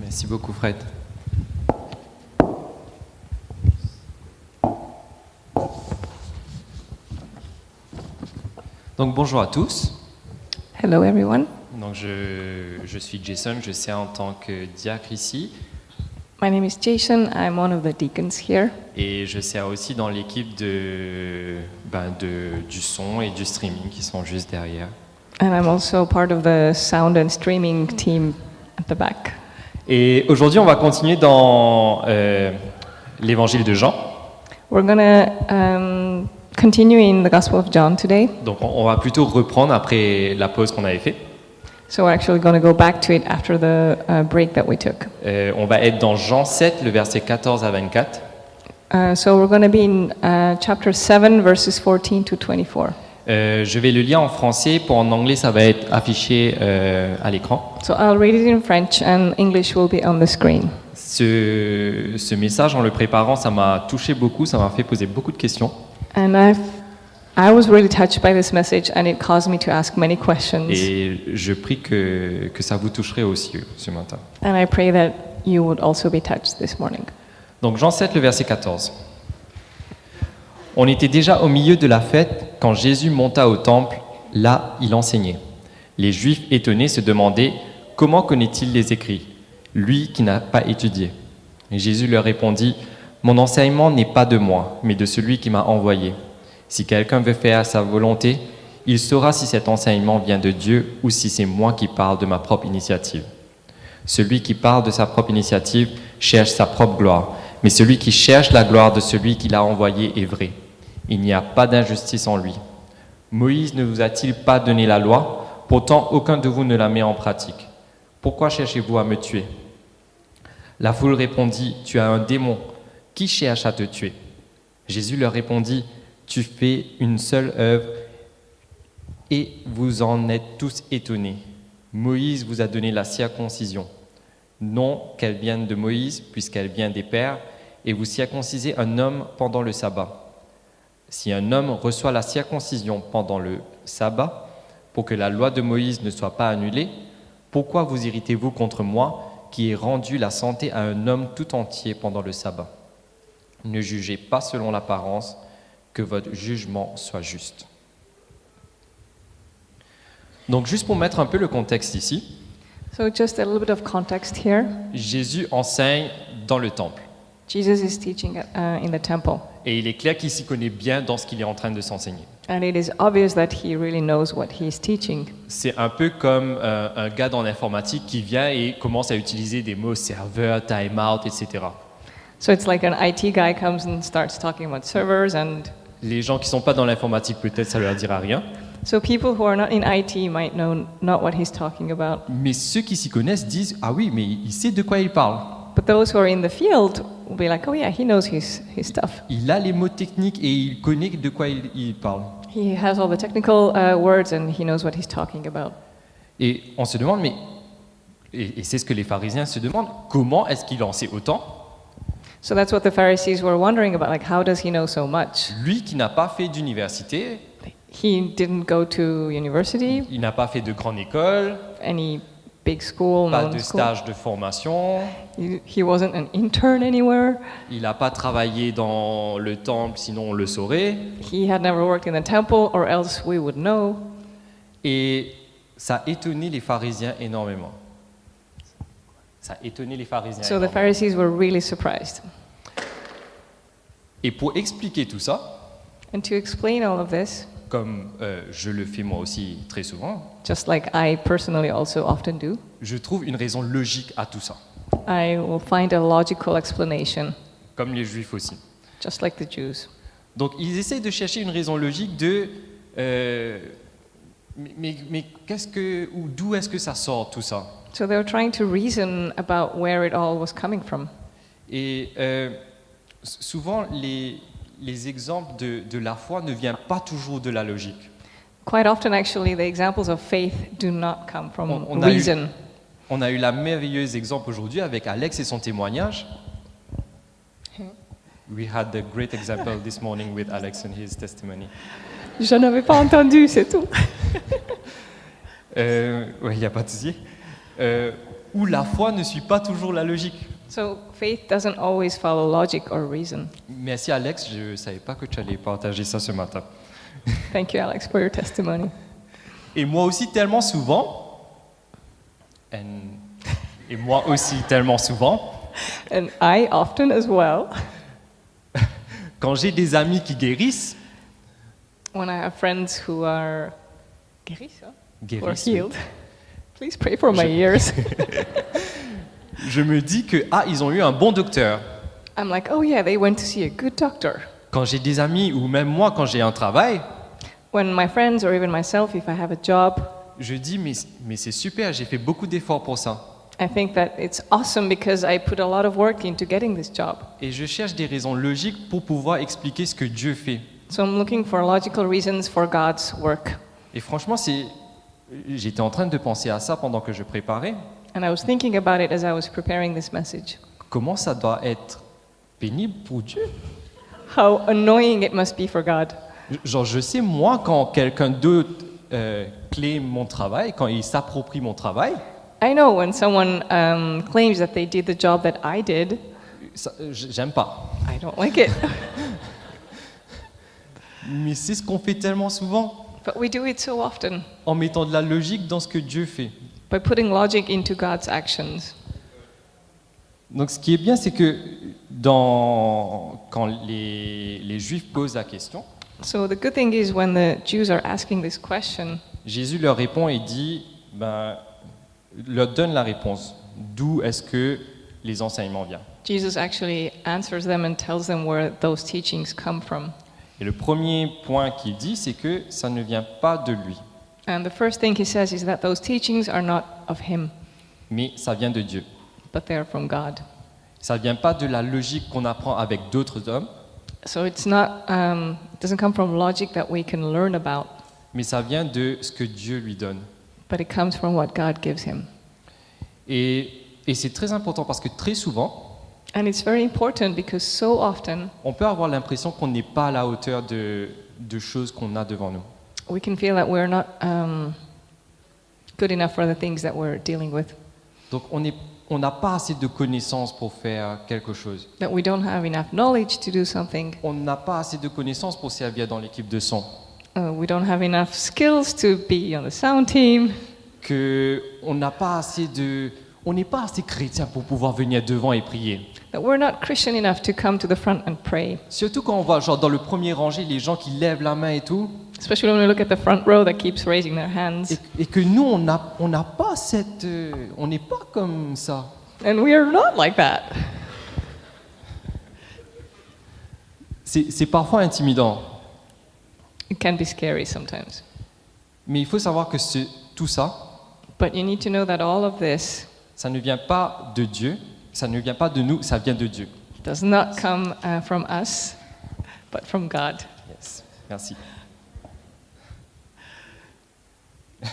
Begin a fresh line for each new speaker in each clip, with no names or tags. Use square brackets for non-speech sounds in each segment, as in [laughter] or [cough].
Merci beaucoup, Fred. Donc bonjour à tous.
Hello, everyone.
Donc je, je suis Jason, je sers en tant que diacre ici
My name is Jason. I'm one of the deacons here,
et je sers aussi dans l'équipe de, ben, de- du son et du streaming qui sont juste derrière.
and I'm also part of the sound and streaming team at the back.
Et aujourd'hui on va continuer dans euh, l'évangile de Jean.
We're going to um, continue in the Gospel of John today.
Donc on, on va plutôt reprendre après la pause qu'on avait fait.
So we're actually going to go back to it after the uh, break that we took.
Euh, on va être dans Jean 7, le verset 14 à 24.
Uh, so we're going to be in uh, chapter 7, verses 14 to 24.
Euh, je vais le lire en français, pour en anglais ça va être affiché euh, à l'écran.
So I'll read it in French, and English will be on the screen.
Ce, ce message, en le préparant, ça m'a touché beaucoup, ça m'a fait poser beaucoup de questions.
And I've, I was really touched by this message, and it caused me to ask many questions.
Et je prie que, que ça vous toucherait aussi euh, ce matin.
And I pray that you would also be touched this morning.
Donc Jean 7, le verset 14. On était déjà au milieu de la fête quand Jésus monta au temple. Là, il enseignait. Les Juifs étonnés se demandaient comment connaît-il les écrits, lui qui n'a pas étudié. Et Jésus leur répondit Mon enseignement n'est pas de moi, mais de celui qui m'a envoyé. Si quelqu'un veut faire sa volonté, il saura si cet enseignement vient de Dieu ou si c'est moi qui parle de ma propre initiative. Celui qui part de sa propre initiative cherche sa propre gloire, mais celui qui cherche la gloire de celui qui l'a envoyé est vrai. Il n'y a pas d'injustice en lui. Moïse ne vous a-t-il pas donné la loi Pourtant, aucun de vous ne la met en pratique. Pourquoi cherchez-vous à me tuer La foule répondit, Tu as un démon. Qui cherche à te tuer Jésus leur répondit, Tu fais une seule œuvre et vous en êtes tous étonnés. Moïse vous a donné la circoncision. Non qu'elle vienne de Moïse, puisqu'elle vient des pères, et vous circoncisez un homme pendant le sabbat. Si un homme reçoit la circoncision pendant le sabbat, pour que la loi de Moïse ne soit pas annulée, pourquoi vous irritez-vous contre moi qui ai rendu la santé à un homme tout entier pendant le sabbat Ne jugez pas selon l'apparence, que votre jugement soit juste. Donc juste pour mettre un peu le contexte ici,
So, just a little bit of context here.
Jésus enseigne dans le temple.
Jesus is teaching uh, in the temple,
Et il est clair qu'il s'y connaît bien dans ce qu'il est en train de s'enseigner.
and it is obvious that he really knows what he is teaching.
C'est un peu comme euh, un gars dans l'informatique qui vient et commence à utiliser des mots serveur, timeout, etc.
So, it's like an IT guy comes and starts talking about servers, and
Les gens qui ne sont pas dans l'informatique, peut-être ça leur dira rien.
so people who are not in IT might know not what he's talking about.
Mais ceux qui s'y connaissent disent Ah oui, mais il sait de quoi il parle.
But those who are in the field will be like, oh, yeah, he knows his, his stuff.
Il a les mots techniques et il connaît de quoi il, il parle.
He has all the technical uh, words and he knows what he's talking about.
Et on se demande, mais. Et, et c'est ce que les pharisiens se demandent comment est-ce qu'il en sait autant,
So, that's what the Pharisees were wondering about like, how does he know so much?
lui qui n'a pas fait d'université,
He didn't go to university,
il n'a pas fait de grande école,
any big school,
pas
known
de
school.
stage de formation.
He, he wasn't an intern anywhere.
Il n'a pas travaillé dans le temple, sinon on le saurait.
He had never worked in the temple, or else we would know.
Et ça a étonné les pharisiens énormément. Ça a étonné les pharisiens.
So the
énormément.
Pharisees were really surprised.
Et pour expliquer tout ça,
And to explain all of this,
comme euh, je le fais moi aussi très souvent,
just like I personally also often do,
je trouve une raison logique à tout ça,
I will find a logical explanation,
comme les juifs aussi.
just like the Jews.
Donc ils essayent de chercher une raison logique de... euh, mais mais- mais qu'est-ce que... ou d'où est-ce que ça sort tout ça
So they were trying to reason about where it all was coming from.
Et euh, s- souvent, les, les exemples de, de la foi ne viennent pas toujours de la logique.
Quite often, actually, the examples of faith do not come from
On- on a eu-
reason.
On a eu la merveilleuse exemple aujourd'hui avec Alex et son témoignage. We had the great example this morning with Alex and his testimony.
Je n'avais pas entendu, c'est tout.
Euh, ouais, il n'y a pas de souci. Euh, où la foi ne suit pas toujours la logique.
So faith doesn't always follow logic or reason.
Merci Alex, je ne savais pas que tu allais partager ça ce matin.
Thank you, Alex, for your testimony.
Et moi aussi tellement souvent, and- et moi aussi tellement souvent,
And I often as well,
quand j'ai des amis qui guérissent,
when I have friends who are guérisseurs or
guérissent
healed, please pray for my [laughs] ears.
je me dis que ah ils ont eu un bon docteur.
I'm like, oh yeah, they went to see a good doctor.
Quand j'ai des amis ou même moi quand j'ai un travail,
When my friends or even myself, if I have a job,
je dis mais, mais c'est super, j'ai fait beaucoup d'efforts pour ça.
I think that it's awesome because I put a lot of work into getting this job.
Et je cherche des raisons logiques pour pouvoir expliquer ce que Dieu fait.
So I'm looking for logical reasons for God's work.
Et franchement, c'est j'étais en train de penser à ça pendant que je préparais.
And I was thinking about it as I was preparing this message.
Comment ça doit être pénible pour Dieu
How annoying it must be for God.
Genre, je sais, moi, quand quelqu'un d'autre euh, clé mon travail, quand il s'approprie mon travail,
I know when someone um, claims that they did the job that I did,
ça, euh, j- j'aime pas.
I don't like it. [laughs]
Mais c'est ce qu'on fait tellement souvent,
but we do it so often
en mettant de la logique dans ce que Dieu fait.
by putting logic into God's actions.
Donc, ce qui est bien, c'est que dans... quand les, les Juifs posent la question,
So the good thing is when the Jews are asking this question,
Jésus leur répond et dit, ben, leur donne la réponse. D'où est-ce que les enseignements viennent
Jesus actually answers them and tells them where those teachings come from.
Et le premier point qu'il dit, c'est que ça ne vient pas de lui,
And the first thing he says is that those teachings are not of him,
mais ça vient de Dieu.
but they are from God.
Ça vient pas de la logique qu'on apprend avec d'autres hommes,
So it's not um, it doesn't come from logic that we can learn about,
mais ça vient de ce que Dieu lui donne.
but it comes from what God gives him.
Et, et c'est très important parce que très souvent,
And it's very important because so often
on peut avoir l'impression qu'on n'est pas à la hauteur de, de choses qu'on a devant nous.
we can feel that we're not um, good enough for the things that we're dealing with,
Donc on est- on n'a pas assez de connaissances pour faire quelque chose.
that we don't have enough knowledge to do something,
On n'a pas assez de connaissances pour servir dans l'équipe de son.
uh, we don't have enough skills to be on the sound team,
Que on n'a pas assez de, on n'est pas assez chrétien pour pouvoir venir devant et prier.
that we're not Christian enough to come to the front and pray.
Surtout quand on voit genre dans le premier rangé les gens qui lèvent la main et tout.
Especially when we look at the front row that keeps raising their hands.
Et, et que nous, on n'a on n'a pas cette... euh, on n'est pas comme ça.
And we are not like that.
C'est c'est parfois intimidant.
It can be scary sometimes.
Mais il faut savoir que ce- tout ça,
But you need to know that all of this
ça ne vient pas de Dieu, ça ne vient pas de nous, ça vient de Dieu.
does not come uh, from us, but from God.
Yes. Merci. [laughs]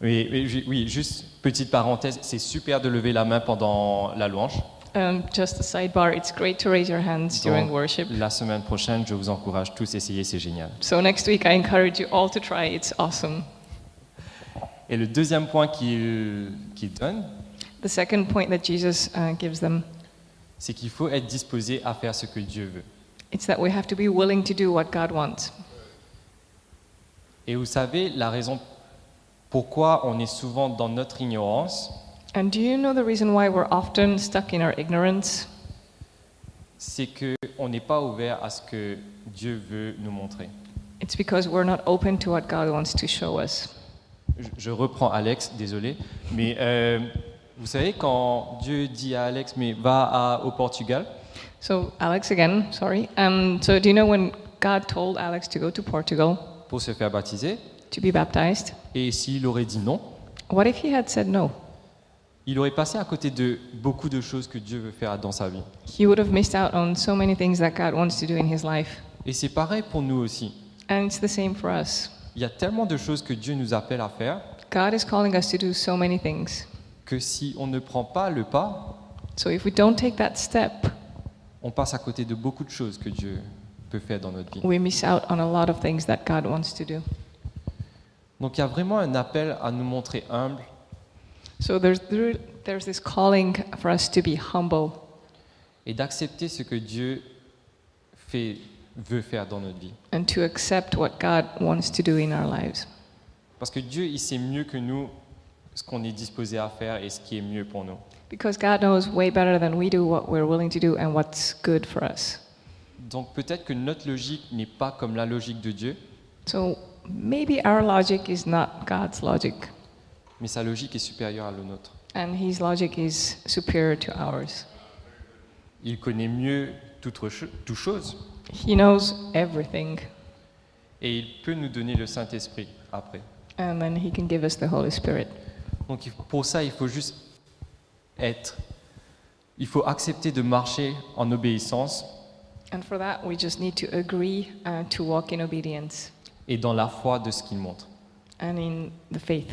Oui, oui, ju- oui, juste petite parenthèse, c'est super de lever la main pendant la louange.
Um, just a sidebar, it's great to raise your hands during
Donc,
worship.
La semaine prochaine, je vous encourage tous, essayez, c'est génial.
So next week, I encourage you all to try. it. It's awesome.
Et le deuxième point qu'il qu'il donne,
The second point that Jesus uh, gives them,
c'est qu'il faut être disposé à faire ce que Dieu veut.
it's that we have to be willing to do what God wants.
Et vous savez, la raison pourquoi on est souvent dans notre ignorance,
And do you know the reason why we're often stuck in our ignorance?
c'est qu'on n'est pas ouvert à ce que Dieu veut nous montrer.
It's because we're not open to what God wants to show us.
Je, je reprends Alex, désolé, mais euh, vous savez, quand Dieu dit à Alex, mais va à- au Portugal,
So Alex again, sorry. Um, so do you know when God told Alex to go to Portugal
pour se faire baptiser,
to be baptized?
et s'il aurait dit non,
What if he had said no?
il aurait passé à côté de beaucoup de choses que Dieu veut faire dans sa vie.
He would have missed out on so many things that God wants to do in his life.
Et c'est pareil pour nous aussi.
And it's the same for us.
Il y a tellement de choses que Dieu nous appelle à faire
God is calling us to do so many things.
que si on ne prend pas le pas,
So if we don't take that step,
on passe à côté de beaucoup de choses que Dieu peut faire dans notre vie.
we miss out on a lot of things that God wants to do.
Donc il y a vraiment un appel à nous montrer humbles
So there's, there- there's this calling for us to be humble
et d'accepter ce que Dieu fait, veut faire dans notre vie.
and to accept what God wants to do in our lives.
Parce que Dieu, il sait mieux que nous ce qu'on est disposé à faire et ce qui est mieux pour nous.
Because God knows way better than we do what we're willing to do and what's good for us.
Donc peut-être que notre logique n'est pas comme la logique de Dieu,
So maybe our logic is not God's logic,
mais sa logique est supérieure à la nôtre.
and His logic is superior to ours.
Il connaît mieux toute, reche- toute chose
He knows everything,
et il peut nous donner le Saint-Esprit après.
and then He can give us the Holy Spirit.
Donc il- pour ça, il faut juste être. Il faut accepter de marcher en obéissance
And for that, we just need to agree uh, to walk in obedience
et dans la foi de ce qu'il montre.
and in the faith.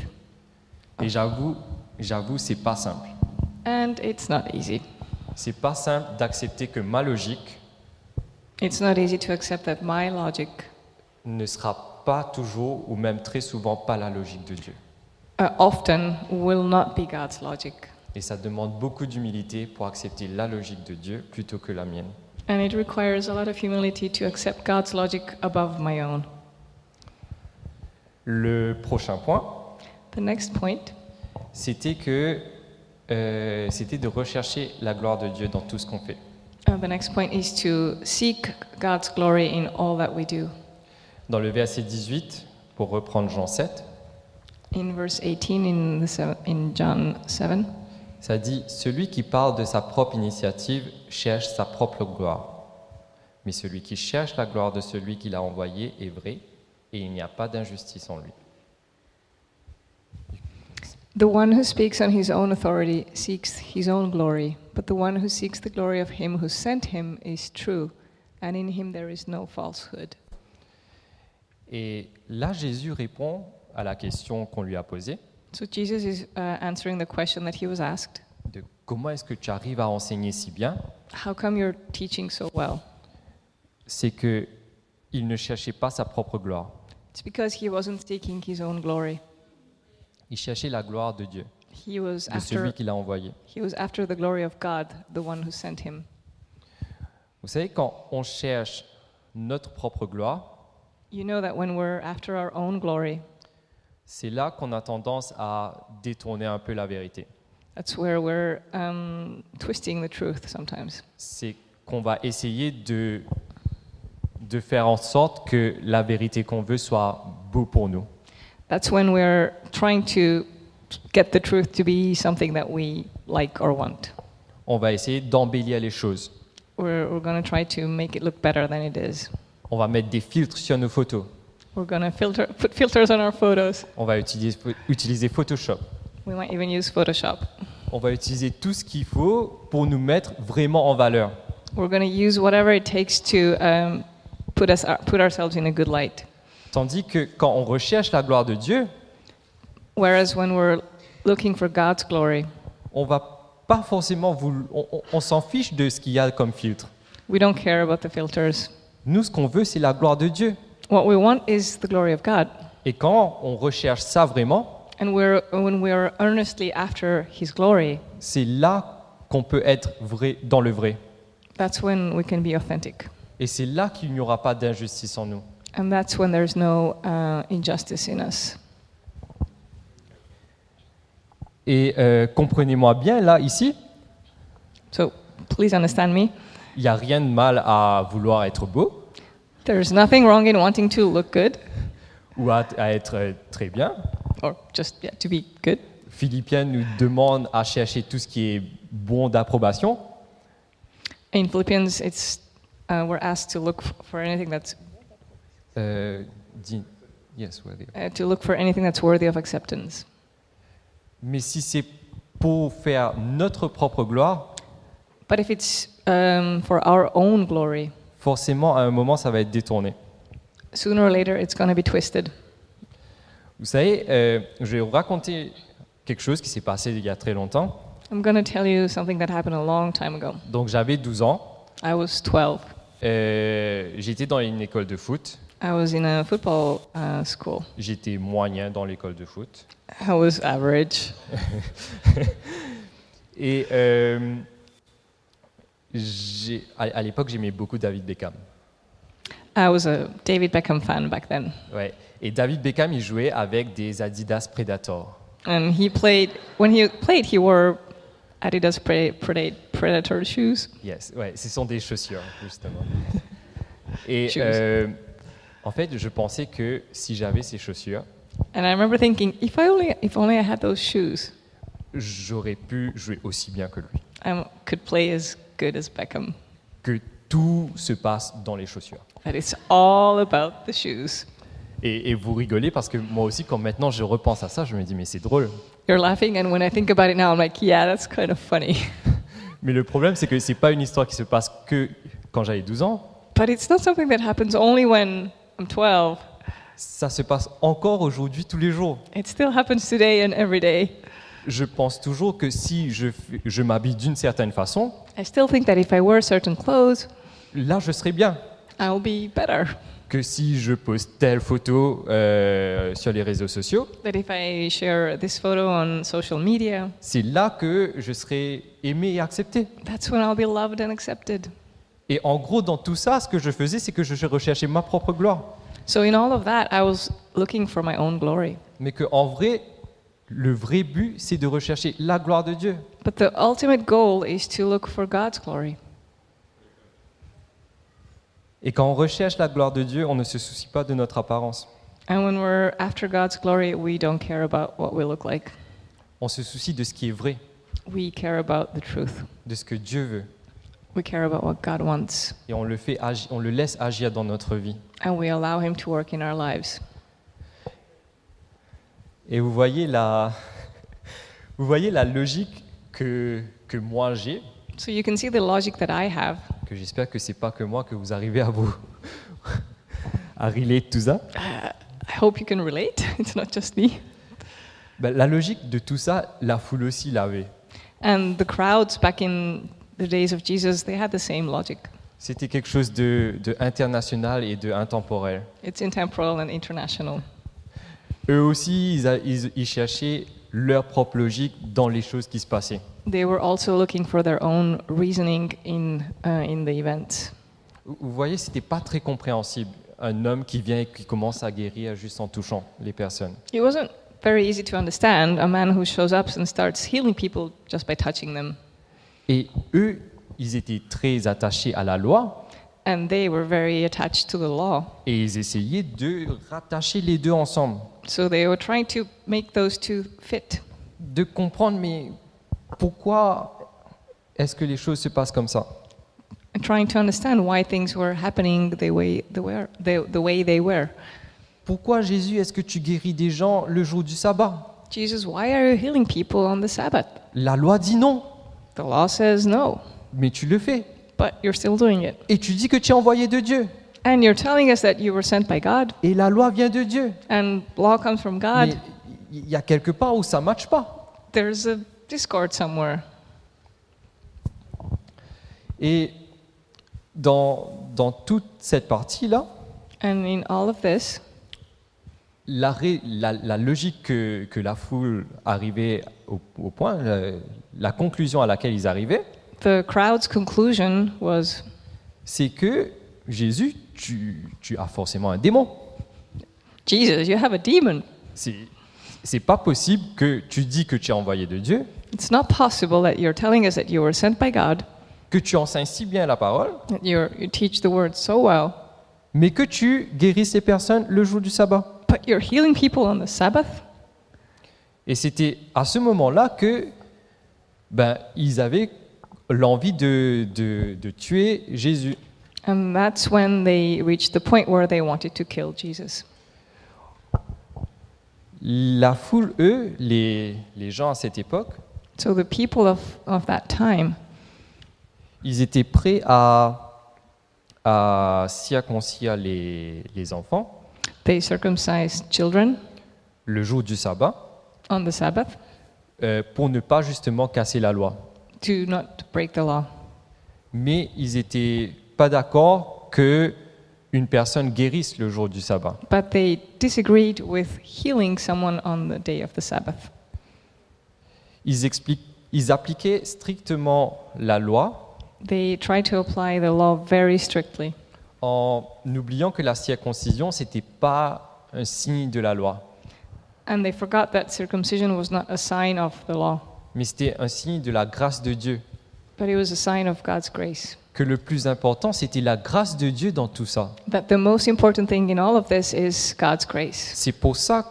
Et j'avoue, j'avoue, c'est pas simple.
And it's not easy.
C'est pas simple d'accepter que ma logique
It's not easy to accept that my logic,
ne sera pas toujours ou même très souvent pas la logique de Dieu.
uh, often, will not be God's logic.
Et ça demande beaucoup d'humilité pour accepter la logique de Dieu plutôt que la mienne.
And it requires a lot of humility to accept God's logic above my own.
Le prochain point,
The next point
c'était que euh, c'était de rechercher la gloire de Dieu dans tout ce qu'on fait.
Uh, the next point is to seek God's glory in all that we do.
Dans le verset 18, pour reprendre Jean 7,
In verse 18 in, the seven, in John 7,
ça dit Celui qui parle de sa propre initiative cherche sa propre gloire. Mais celui qui cherche la gloire de celui qui l'a envoyé est vrai, et il n'y a pas d'injustice en lui.
the one who speaks on his own authority seeks his own glory, but the one who seeks the glory of him who sent him is true, and in him there is no falsehood.
Et là, Jésus répond à la question qu'on lui a posée
So Jesus is uh, answering the question that he was asked
de comment est-ce que tu arrives à enseigner si bien
How come you're teaching so well?
C'est que il ne cherchait pas sa propre gloire.
It's because he wasn't seeking his own glory.
Il cherchait la gloire de Dieu,
He was
de celui
after,
qui l'a envoyé.
he was after the glory of God, the one who sent him.
Vous savez, quand on cherche notre propre gloire,
You know that when we're after our own glory,
c'est là qu'on a tendance à détourner un peu la vérité.
that's where we're um, twisting the truth sometimes.
C'est qu'on va essayer de, de faire en sorte que la vérité qu'on veut soit beau pour nous.
That's when we're trying to get the truth to be something that we like or want.
On va essayer d'embellir les choses.
We're, we're going to try to make it look better than it is.
On va mettre des filtres sur nos photos.
We're going to filter, put filters on our photos.
On va utiliser, utiliser Photoshop.
We might even use Photoshop.
On va utiliser tout ce qu'il faut pour nous mettre vraiment en valeur.
We're going to use whatever it takes to um, put, us, put ourselves in a good light.
Tandis que quand on recherche la gloire de Dieu,
Whereas when we're looking for God's glory,
on va pas forcément voulo- on, on- on s'en fiche de ce qu'il y a comme filtre.
we don't care about the filters.
Nous, ce qu'on veut, c'est la gloire de Dieu.
What we want is the glory of God.
Et quand on recherche ça vraiment,
And we're, when we're earnestly after His glory,
c'est là qu'on peut être vrai dans le vrai.
that's when we can be authentic.
Et c'est là qu'il n'y aura pas d'injustice en nous.
And that's when there's no uh, injustice in us.
Et euh, comprenez-moi bien, là, ici,
So please understand me.
il n'y a rien de mal à vouloir être beau
There's nothing wrong in wanting to look good
ou à, à être euh, très bien.
or just yeah, to be good.
Philippienne nous demande à chercher tout ce qui est bon d'approbation.
In Philippians, it's, uh, we're asked to look f- for anything that's
Euh, dis- yes, well, there.
uh, to look for anything that's worthy of acceptance.
Mais si c'est pour faire notre propre gloire,
But if it's um, for our own glory,
forcément, à un moment, ça va être détourné.
sooner or later it's going to be twisted.
Vous savez, euh, je vais vous raconter quelque chose qui s'est passé il y a très longtemps.
I'm going to tell you something that happened a long time ago.
Donc, j'avais 12 ans.
I was 12.
euh, J'étais dans une école de foot
I was in a football uh, school.
J'étais moyen dans l'école de foot.
I was average.
Et euh, j'ai- à, à l'époque, j'aimais beaucoup David Beckham.
I was a David Beckham fan back then.
Ouais. Et David Beckham, il jouait avec des Adidas Predator.
And he played, when he played, he wore Adidas Pre- Preda- Predator shoes.
Yes, ouais, ce sont des chaussures, justement. Et
Shoes.
euh, en fait, je pensais que si j'avais ces chaussures,
And I remember thinking, if I only, if only I had those shoes,
j'aurais pu jouer aussi bien que lui.
I m- could play as good as Beckham.
Que tout se passe dans les chaussures.
But it's all about the shoes.
Et, et vous rigolez parce que moi aussi, quand maintenant je repense à ça, je me dis, mais c'est drôle.
You're laughing, and when I think about it now, I'm like, yeah, that's kind of funny. [laughs]
Mais le problème, c'est que c'est pas une histoire qui se passe que quand j'avais 12 ans.
But it's not something that happens only when I'm 12.
Ça se passe encore aujourd'hui, tous les jours.
It still happens today and every day.
Je pense toujours que si je, fais- je m'habille d'une certaine façon,
I still think that if I wear certain clothes,
là, je serai bien.
I'll be better.
Que si je pose telle photo euh, sur les réseaux sociaux,
That if I share this photo on social media,
c'est là que je serai aimé et accepté.
that's when I'll be loved and accepted.
Et en gros, dans tout ça, ce que je faisais, c'est que je recherchais ma propre gloire.
So, in all of that, I was looking for my own glory.
Mais qu'en vrai, le vrai but, c'est de rechercher la gloire de Dieu.
But the ultimate goal is to look for God's glory.
Et quand on recherche la gloire de Dieu, on ne se soucie pas de notre apparence.
And when we're after God's glory, we don't care about what we look like.
On se soucie de ce qui est vrai,
We care about the truth.
de ce que Dieu veut.
We care about what God wants.
Et on le, fait agi- on le laisse agir dans notre vie.
And we allow Him to work in our lives.
Et vous voyez la, [laughs] vous voyez la logique que, que moi j'ai,
So, you can see the logic that I have.
que j'espère que c'est pas que moi que vous arrivez à vous [laughs] à relayer tout ça.
I hope you can relate. [laughs] It's not just me.
Ben, la logique de tout ça, la foule aussi l'avait.
And the crowds back in the days of Jesus, they had the same logic.
C'était quelque chose de, de international et de intemporel.
It's intemporal and international.
Eux aussi, ils, a- ils- ils cherchaient leur propre logique dans les choses qui se passaient.
They were also looking for their own reasoning in, uh, in the event.
Vous vous voyez, c'était pas très compréhensible. Un homme qui vient et qui commence à guérir juste en touchant les personnes.
It wasn't very easy to understand a man who shows up and starts healing people just by touching them.
Et eux, ils étaient très attachés à la loi
And they were very attached to the law.
et ils essayaient de rattacher les deux ensemble,
So they were trying to make those two fit.
de comprendre mais pourquoi est-ce que les choses se passent comme ça
And trying to understand why things were happening the way, the, were, the, the way they were.
Pourquoi Jésus, est-ce que tu guéris des gens le jour du sabbat
Jesus, why are you healing people on the Sabbath?
La loi dit non,
The law says no,
mais tu le fais
but you're still doing it.
et tu dis que tu es envoyé de Dieu
And you're telling us that you were sent by God,
et la loi vient de Dieu.
and law comes from God.
Mais il y a quelque part où ça matche pas.
There's a discord somewhere.
Et dans, dans toute cette partie-là,
And in all of this,
la, ré- la- la logique que, que la foule arrivait au, au point, la, la conclusion à laquelle ils arrivaient,
the crowd's conclusion was
c'est que Jésus, tu, tu as forcément un démon.
Jesus, you have a demon.
C'est c'est pas possible que tu dis que tu es envoyé de Dieu,
It's not possible that you're telling us that you were sent by God,
que tu enseignes si bien la parole,
that you're, you teach the word so well,
mais que tu guérisses les personnes le jour du sabbat.
but you're healing people on the Sabbath.
Et c'était à ce moment-là que ben, ils avaient l'envie de- de- de tuer Jésus.
And that's when they reached the point where they wanted to kill Jesus.
La foule, eux, les, les gens à cette époque,
So the people of, of that time,
ils étaient prêts à, à circoncire les, les enfants
they circumcised children
le jour du sabbat
on the Sabbath
euh, pour ne pas justement casser la loi.
to not break the law.
Mais ils n'étaient pas d'accord que une personne guérisse le jour du sabbat.
but they disagreed with healing someone on the day of the Sabbath.
Ils, expliquent- ils appliquaient strictement la loi
They tried to apply the law very strictly,
en oubliant que la circoncision, c'était pas un signe de la loi,
and they forgot that circumcision was not a sign of the law,
mais c'était un signe de la grâce de Dieu.
but it was a sign of God's grace.
Que le plus important, c'était la grâce de Dieu dans tout ça.
That the most important thing in all of this is God's grace.
C'est pour ça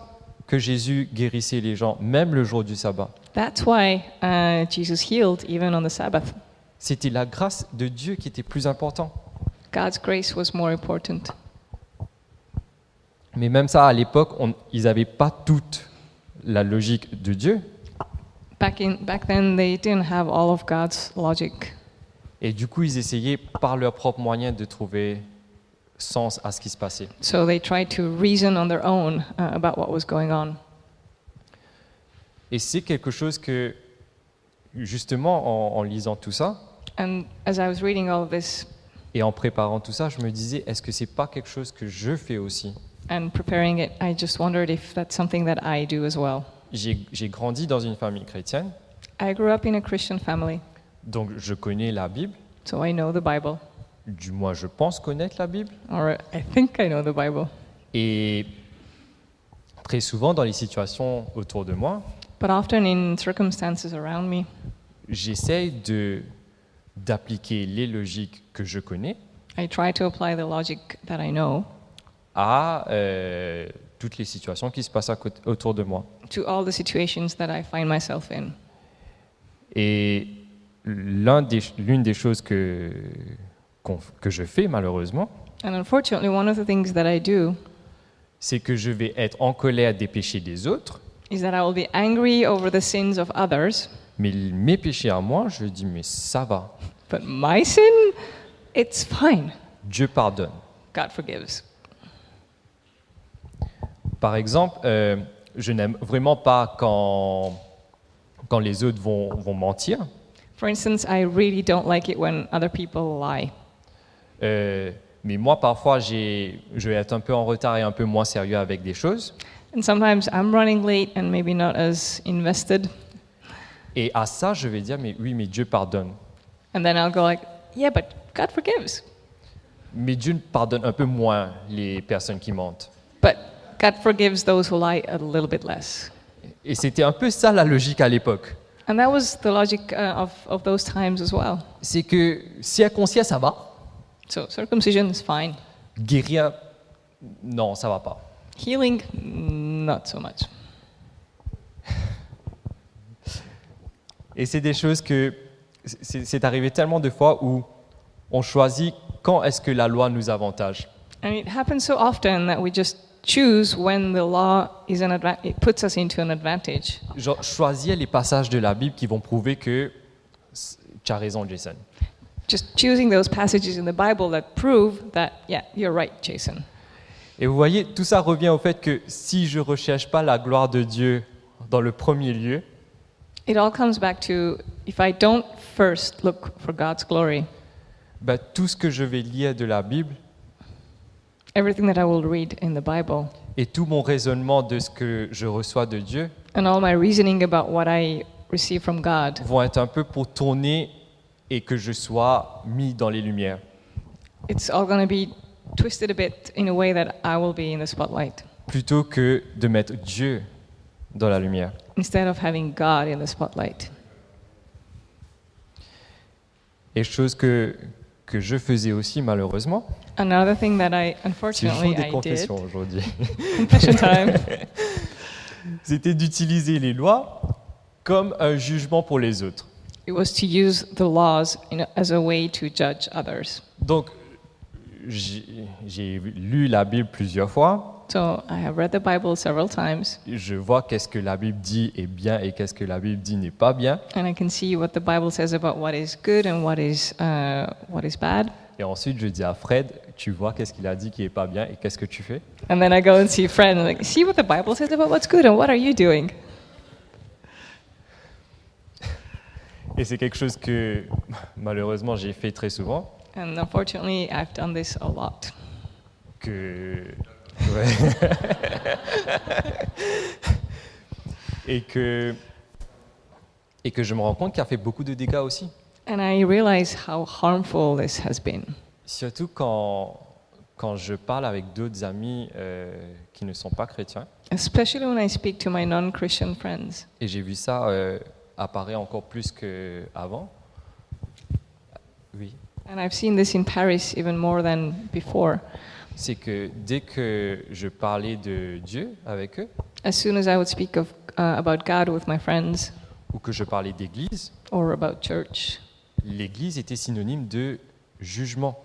que Jésus guérissait les gens, même le jour du sabbat.
That's why uh, Jesus healed even on the Sabbath.
C'était la grâce de Dieu qui était plus important.
God's grace was more important.
Mais même ça, à l'époque, on- ils n'avaient pas toute la logique de Dieu.
Back, in, back then, they didn't have all of God's logic,
Et du coup, ils essayaient par leurs propres moyens de trouver sens à ce qui se passait.
so they tried to reason on their own uh, about what was going on.
Et c'est quelque chose que, justement, en, en lisant tout ça
And as I was reading all of this
et en préparant tout ça, je me disais, est-ce que c'est pas quelque chose que je fais aussi
and preparing it, I just wondered if that's something that I do as well.
J'ai j'ai grandi dans une famille chrétienne,
I grew up in a Christian family,
donc je connais la Bible.
so I know the Bible,
Du moins, je pense connaître la Bible.
or I think I know the Bible.
Et très souvent, dans les situations autour de moi,
But often in circumstances around me,
j'essaye de d'appliquer les logiques que je connais
I try to apply the logic that I know
à euh, toutes les situations qui se passent à côté- autour de moi.
to all the situations that I find myself in.
Et l'un des- l'une des, choses que, qu'on- que je fais malheureusement,
And unfortunately, one of the things that I do
c'est que je vais être en colère des péchés des autres,
is that I will be angry over the sins of others,
mais mes péchés à moi, je dis mais ça va,
but my sin, it's fine.
Dieu pardonne.
God forgives.
Par exemple, euh, je n'aime vraiment pas quand, quand les autres vont, vont mentir.
For instance, I really don't like it when other people lie.
Euh, mais moi, parfois, j'ai- je vais être un peu en retard et un peu moins sérieux avec des choses.
And sometimes I'm running late and maybe not as invested.
Et à ça, je vais dire, mais oui, mais Dieu pardonne.
And then I'll go like, yeah, but God forgives.
Mais Dieu pardonne un peu moins les personnes qui mentent.
But God forgives those who lie a little bit less.
Et c'était un peu ça la logique à l'époque.
And that was the logic uh, of, of those times as well.
C'est que circoncier, ça va.
So circumcision is fine.
Guérir, non, ça va pas.
Healing, not so much.
Et c'est des choses que c'est c'est arrivé tellement de fois où on choisit quand est-ce que la loi nous avantage.
And it happens so often that we just choose when the law is an adva- it puts us into an advantage.
Genre choisir les passages de la Bible qui vont prouver que s- tu as raison, Jason.
Just choosing those passages in the Bible that prove that, yeah, you're right, Jason.
Et vous voyez, tout ça revient au fait que si je recherche pas la gloire de Dieu dans le premier lieu,
It all comes back to if I don't first look for God's glory,
bah, tout ce que je vais lire de la Bible
everything that I will read in the Bible
et tout mon raisonnement de ce que je reçois de Dieu
and all my reasoning about what I receive from God
vont être un peu pour tourner et que je sois mis dans les lumières.
it's all going to be twisted a bit in a way that I will be in the spotlight
plutôt que de mettre Dieu dans la lumière.
instead of having God in the spotlight.
Et chose que, que je faisais aussi malheureusement.
Another thing that I
C'est le jour
unfortunately
des
I did
confessions aujourd'hui.
[laughs]
[laughs]
confession time
C'était d'utiliser les lois comme un jugement pour les autres.
it was to use the laws in a, as a way to judge others.
Donc, j'ai j'ai lu la Bible plusieurs fois.
So I have read the Bible several times
Je vois qu'est-ce que la Bible dit est bien et qu'est-ce que la Bible dit n'est pas bien.
and I can see what the Bible says about what is good and what is uh, what is bad.
Et ensuite, je dis à Fred, tu vois qu'est-ce qu'il a dit qui est pas bien et qu'est-ce que tu fais
And then I go and see a friend and like see what the Bible says about what's good and what are you doing?
Et c'est quelque chose que [laughs] malheureusement j'ai fait très souvent.
And unfortunately I've done this a lot.
que. Ouais.
[laughs] et que, et que je me rends compte qu'il a fait beaucoup de dégâts aussi.
And I realize how harmful this has been.
Surtout quand, quand je parle avec d'autres amis euh, qui ne sont pas chrétiens.
Especially when I speak to my non Christian friends.
Et j'ai vu ça euh, apparaître encore plus qu'avant. Oui.
And I've seen this in Paris even more than before.
C'est que dès que je parlais de Dieu avec eux,
As soon as I would speak of, uh, about God with my friends
ou que je parlais d'église,
or about church,
l'église était synonyme de jugement.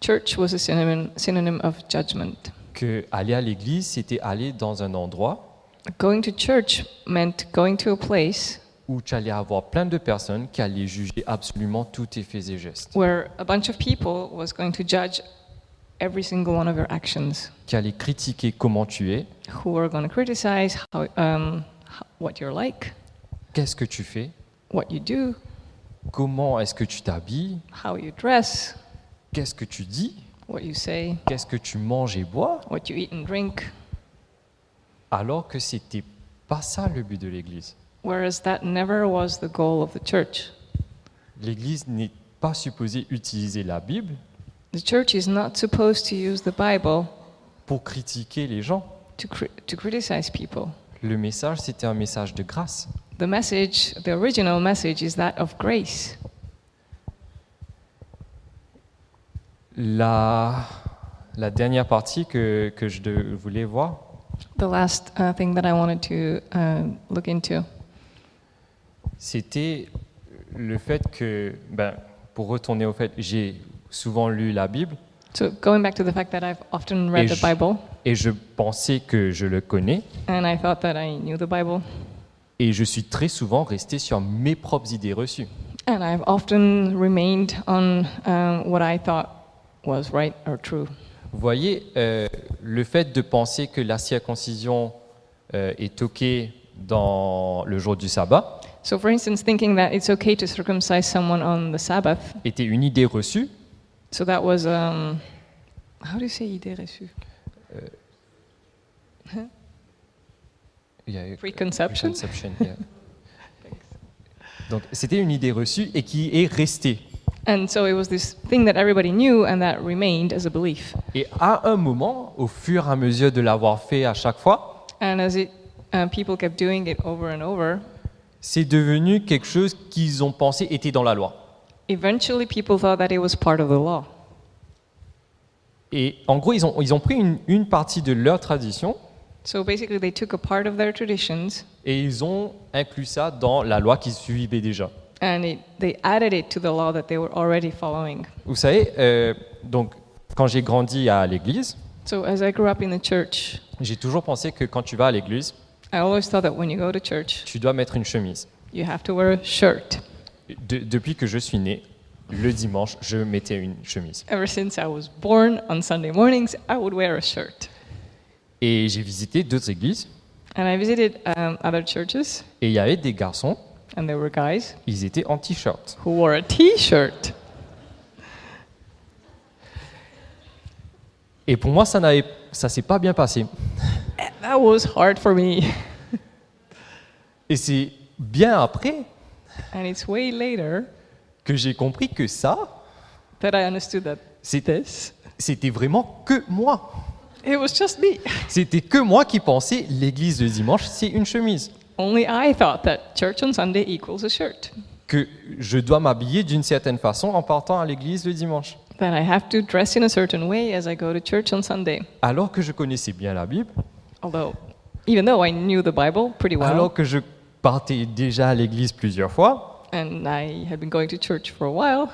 church was a synonym, synonym of judgment.
Que aller à l'église, c'était aller dans un endroit
Going to church meant going to a place
où tu allais avoir plein de personnes qui allaient juger absolument tous tes faits et gestes,
where a bunch of people was going to judge every single one of your actions,
qui allaient critiquer comment tu es,
who were going to criticize how, um, h- what you're like,
qu'est-ce que tu fais,
what you do,
comment est-ce que tu t'habilles,
how you dress,
qu'est-ce que tu dis,
what you say,
qu'est-ce que tu manges et bois,
what you eat and drink.
alors que c'était pas ça le but de l'église.
Whereas that never was the goal of the church.
L'église n'est pas supposée utiliser la Bible
The church is not supposed to use the Bible
pour critiquer les gens.
to, cri- to criticize people.
Le message, c'était un message de grâce.
The message, the original message, is that of grace.
La, la dernière partie que, que je de- voulais voir,
The last uh, thing that I wanted to uh, look into
c'était le fait que, ben, pour retourner au fait, j'ai souvent lu la Bible
So going back to the fact that I've often read the
Ish.
Bible
et je pensais que je le connais
and I thought that I knew the Bible,
et je suis très souvent resté sur mes propres idées reçues.
and I've often remained on um, what I thought was right or true.
Vous voyez, euh, le fait de penser que la circoncision euh, est toquée dans le jour du sabbat
So, for instance, thinking that it's okay to circumcise someone on the Sabbath,
était une idée reçue
so that was um, how do you say idée reçue?
Il y a eu-
Preconception.
Preconception, yeah. Donc c'était une idée reçue et qui est restée.
And so it was this thing that everybody knew and that remained as a belief.
Et à un moment, au fur et à mesure de l'avoir fait à chaque fois,
And as it, uh, people kept doing it over and over,
c'est devenu quelque chose qu'ils ont pensé était dans la loi.
eventually people thought that it was part of the law.
Et en gros, ils ont, ils ont pris une, une partie de leur tradition
So basically, they took a part of their traditions
et ils ont inclus ça dans la loi qu'ils suivaient déjà.
and it, they added it to the law that they were already following.
Vous savez, euh, donc quand j'ai grandi à l'église,
So as I grew up in the church,
j'ai toujours pensé que quand tu vas à l'église,
I always thought that when you go to church,
tu dois mettre une chemise.
you have to wear a shirt.
De- depuis que je suis né, le dimanche, je mettais une chemise.
Ever since I was born on Sunday mornings, I would wear a shirt.
Et j'ai visité d'autres églises,
And I visited um, other churches,
et il y avait des garçons,
and there were guys
ils étaient en t-shirt.
who wore a T-shirt.
Et pour moi, ça n'avait, ça s'est pas bien passé.
That was hard for me. [laughs]
Et c'est bien après
And it's way later
que j'ai compris que ça,
that I understood that
c'était, c'était vraiment que moi.
it was just me.
C'était que moi qui pensais l'église le dimanche, c'est une chemise.
Only I thought that church on Sunday equals a shirt.
Que je dois m'habiller d'une certaine façon en partant à l'église le dimanche.
that I have to dress in a certain way as I go to church on Sunday.
Alors que je connaissais bien la Bible,
Although, even though I knew the Bible pretty well,
alors que je partais déjà à l'église plusieurs fois,
and I had been going to church for a while,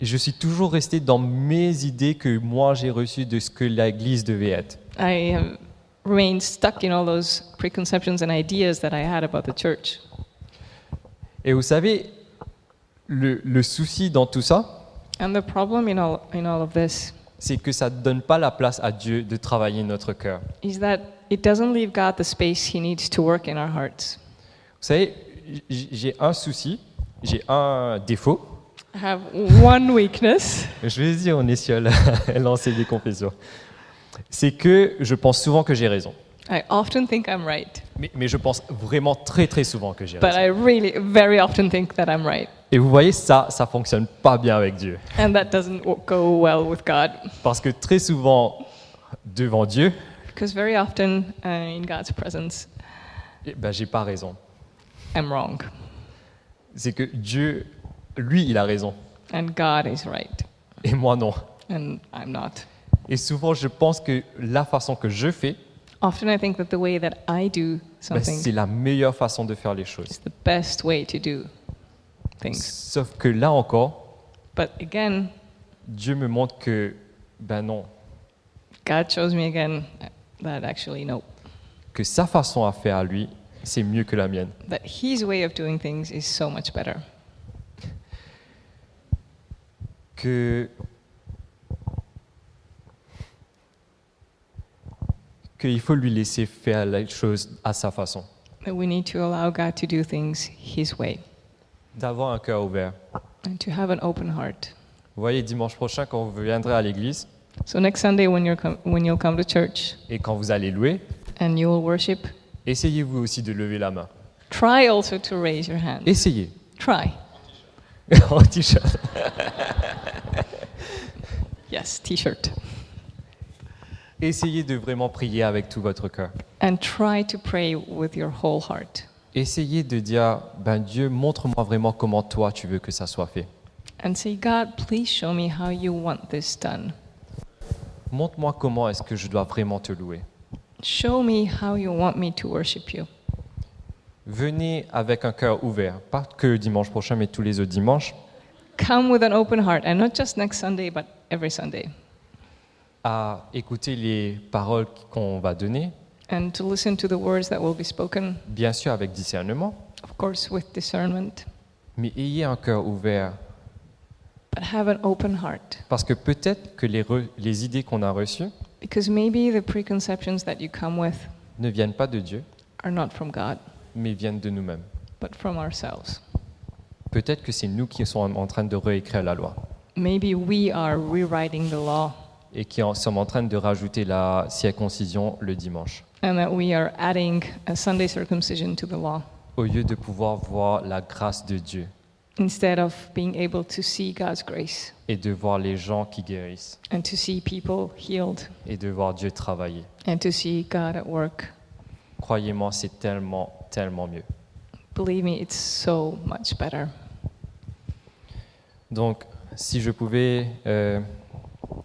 Et je suis toujours resté dans mes idées que moi j'ai reçues de ce que l'Église devait être.
I have remained stuck in all those preconceptions and ideas that I had about the church.
Et vous savez, le, le souci dans tout ça,
And the problem in all, in all of this
c'est que ça ne donne pas la place à Dieu de travailler notre cœur. Vous
is that it doesn't leave God the space He needs to work in our hearts.
savez, j- j'ai un souci, j'ai un défaut.
I have one weakness.
[laughs] Je vais dire, on est sur la- lancer des confessions. c'est que je pense souvent que j'ai raison.
I often think I'm right,
Mais, mais je pense vraiment très très souvent que j'ai
but
raison.
I really very often think that I'm right.
Et vous voyez, ça, ça fonctionne pas bien avec Dieu.
And that doesn't w- go well with God,
Parce que très souvent, devant Dieu,
because very often uh, in God's presence,
eh ben, j'ai pas raison.
I'm wrong,
C'est que Dieu, lui, il a raison.
and God is right,
Et moi, non.
and I'm not.
Et souvent, je pense que la façon que je fais,
Often I think that the way that I do
ben,
something
c'est la meilleure façon de faire les
is
choses.
the best way to do things.
Sauf que là encore,
But again,
Dieu me montre que, ben non,
God shows me again that actually, no,
que sa façon à faire à lui, c'est mieux que la mienne.
that His way of doing things is so much better.
Que. Qu'il faut lui laisser faire les choses à sa façon.
That we need to allow God to do things His way
D'avoir un cœur ouvert.
and to have an open heart.
Vous voyez, dimanche prochain, quand vous viendrez à l'église
So next Sunday, when you're com- when you'll come to church
et quand vous allez louer,
and you'll worship,
essayez vous aussi de lever la main.
try also to raise your hand.
Essayez.
Try.
[laughs] en t-shirt.
Yes, T-shirt.
Essayez de vraiment prier avec tout votre cœur.
And try to pray with your whole heart.
Essayez de dire, ben Dieu, montre-moi vraiment comment toi tu veux que ça soit fait.
And say, God, please show me how you want this done.
Montre-moi comment est-ce que je dois vraiment te louer.
Show me how you want me to worship you.
Venez avec un cœur ouvert, pas que dimanche prochain, mais tous les autres dimanches,
Come with an open heart, and not just next Sunday, but every Sunday.
à écouter les paroles qu'on va donner,
And to listen to the words that will be spoken,
bien sûr avec discernement,
of course, with discernment,
mais ayez un cœur ouvert,
but have an open heart.
parce que peut-être que les, re- les idées qu'on a reçues
Because maybe the preconceptions that you come with
ne viennent pas de Dieu,
are not from God,
mais viennent de nous-mêmes.
but from ourselves.
Peut-être que c'est nous qui sommes en train de réécrire la loi
Maybe we are rewriting the law,
et qui en sommes en train de rajouter la circoncision le dimanche,
and that we are adding a Sunday circumcision to the law
au lieu de pouvoir voir la grâce de Dieu
instead of being able to see God's grace
et de voir les gens qui guérissent
and to see people healed
et de voir Dieu travailler.
and to see God at work.
Croyez-moi, c'est tellement, tellement mieux.
Believe me, it's so much better.
Donc, si je pouvais euh,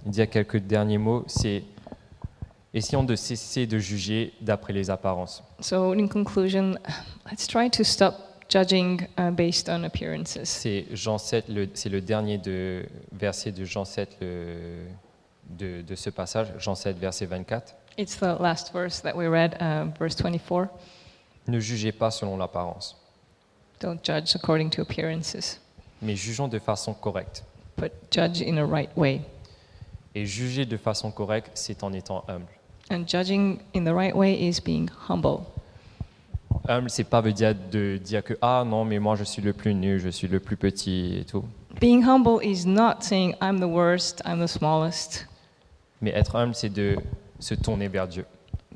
dire quelques derniers mots, c'est essayons de cesser de juger d'après les apparences.
So, in conclusion, let's try to stop judging uh, based on appearances.
C'est Jean 7, le- c'est le dernier de, verset de Jean 7 le- de, de ce passage, Jean 7, verset 24.
It's the last verse that we read, uh, verse 24.
Ne jugez pas selon l'apparence,
Don't judge according to appearances,
mais jugeons de façon correcte.
but judge in a right way.
Et juger de façon correcte, c'est en étant humble.
And judging in the right way is being humble.
Humble, c'est pas veut dire de dire que ah non, mais moi je suis le plus nul, je suis le plus petit et tout.
Being humble is not saying, I'm the worst, I'm the smallest.
Mais être humble, c'est de se tourner vers Dieu.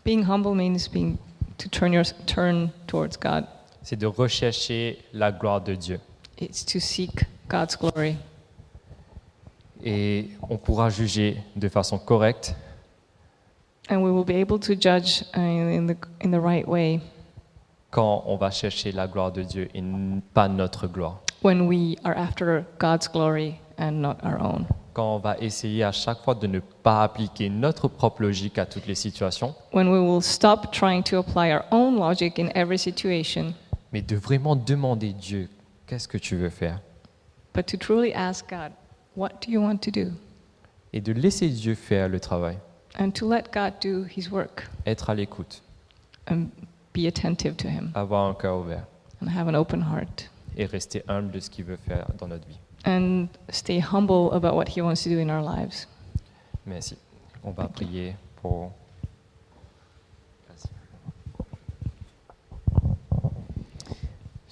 Being humble means being to turn, your, turn towards God,
C'est de rechercher la gloire de Dieu.
it's to seek God's glory.
Et on pourra juger de façon correcte
And we will be able to judge uh, in the, in the right way
quand on va chercher la gloire de Dieu et n- pas notre gloire.
when we are after God's glory and not our own.
Quand on va essayer à chaque fois de ne pas appliquer notre propre logique à toutes les situations,
When we will stop trying to apply our own logic in every situation,
mais de vraiment demander Dieu, qu'est-ce que tu veux faire
but to truly ask God, what do you want to do?
Et de laisser Dieu faire le travail,
And to let God do his work
être à l'écoute,
and be attentive to him
avoir un cœur ouvert
and have an open heart
et rester humble de ce qu'il veut faire dans notre vie.
and stay humble about what he wants to do in our lives.
Merci. On va prier pour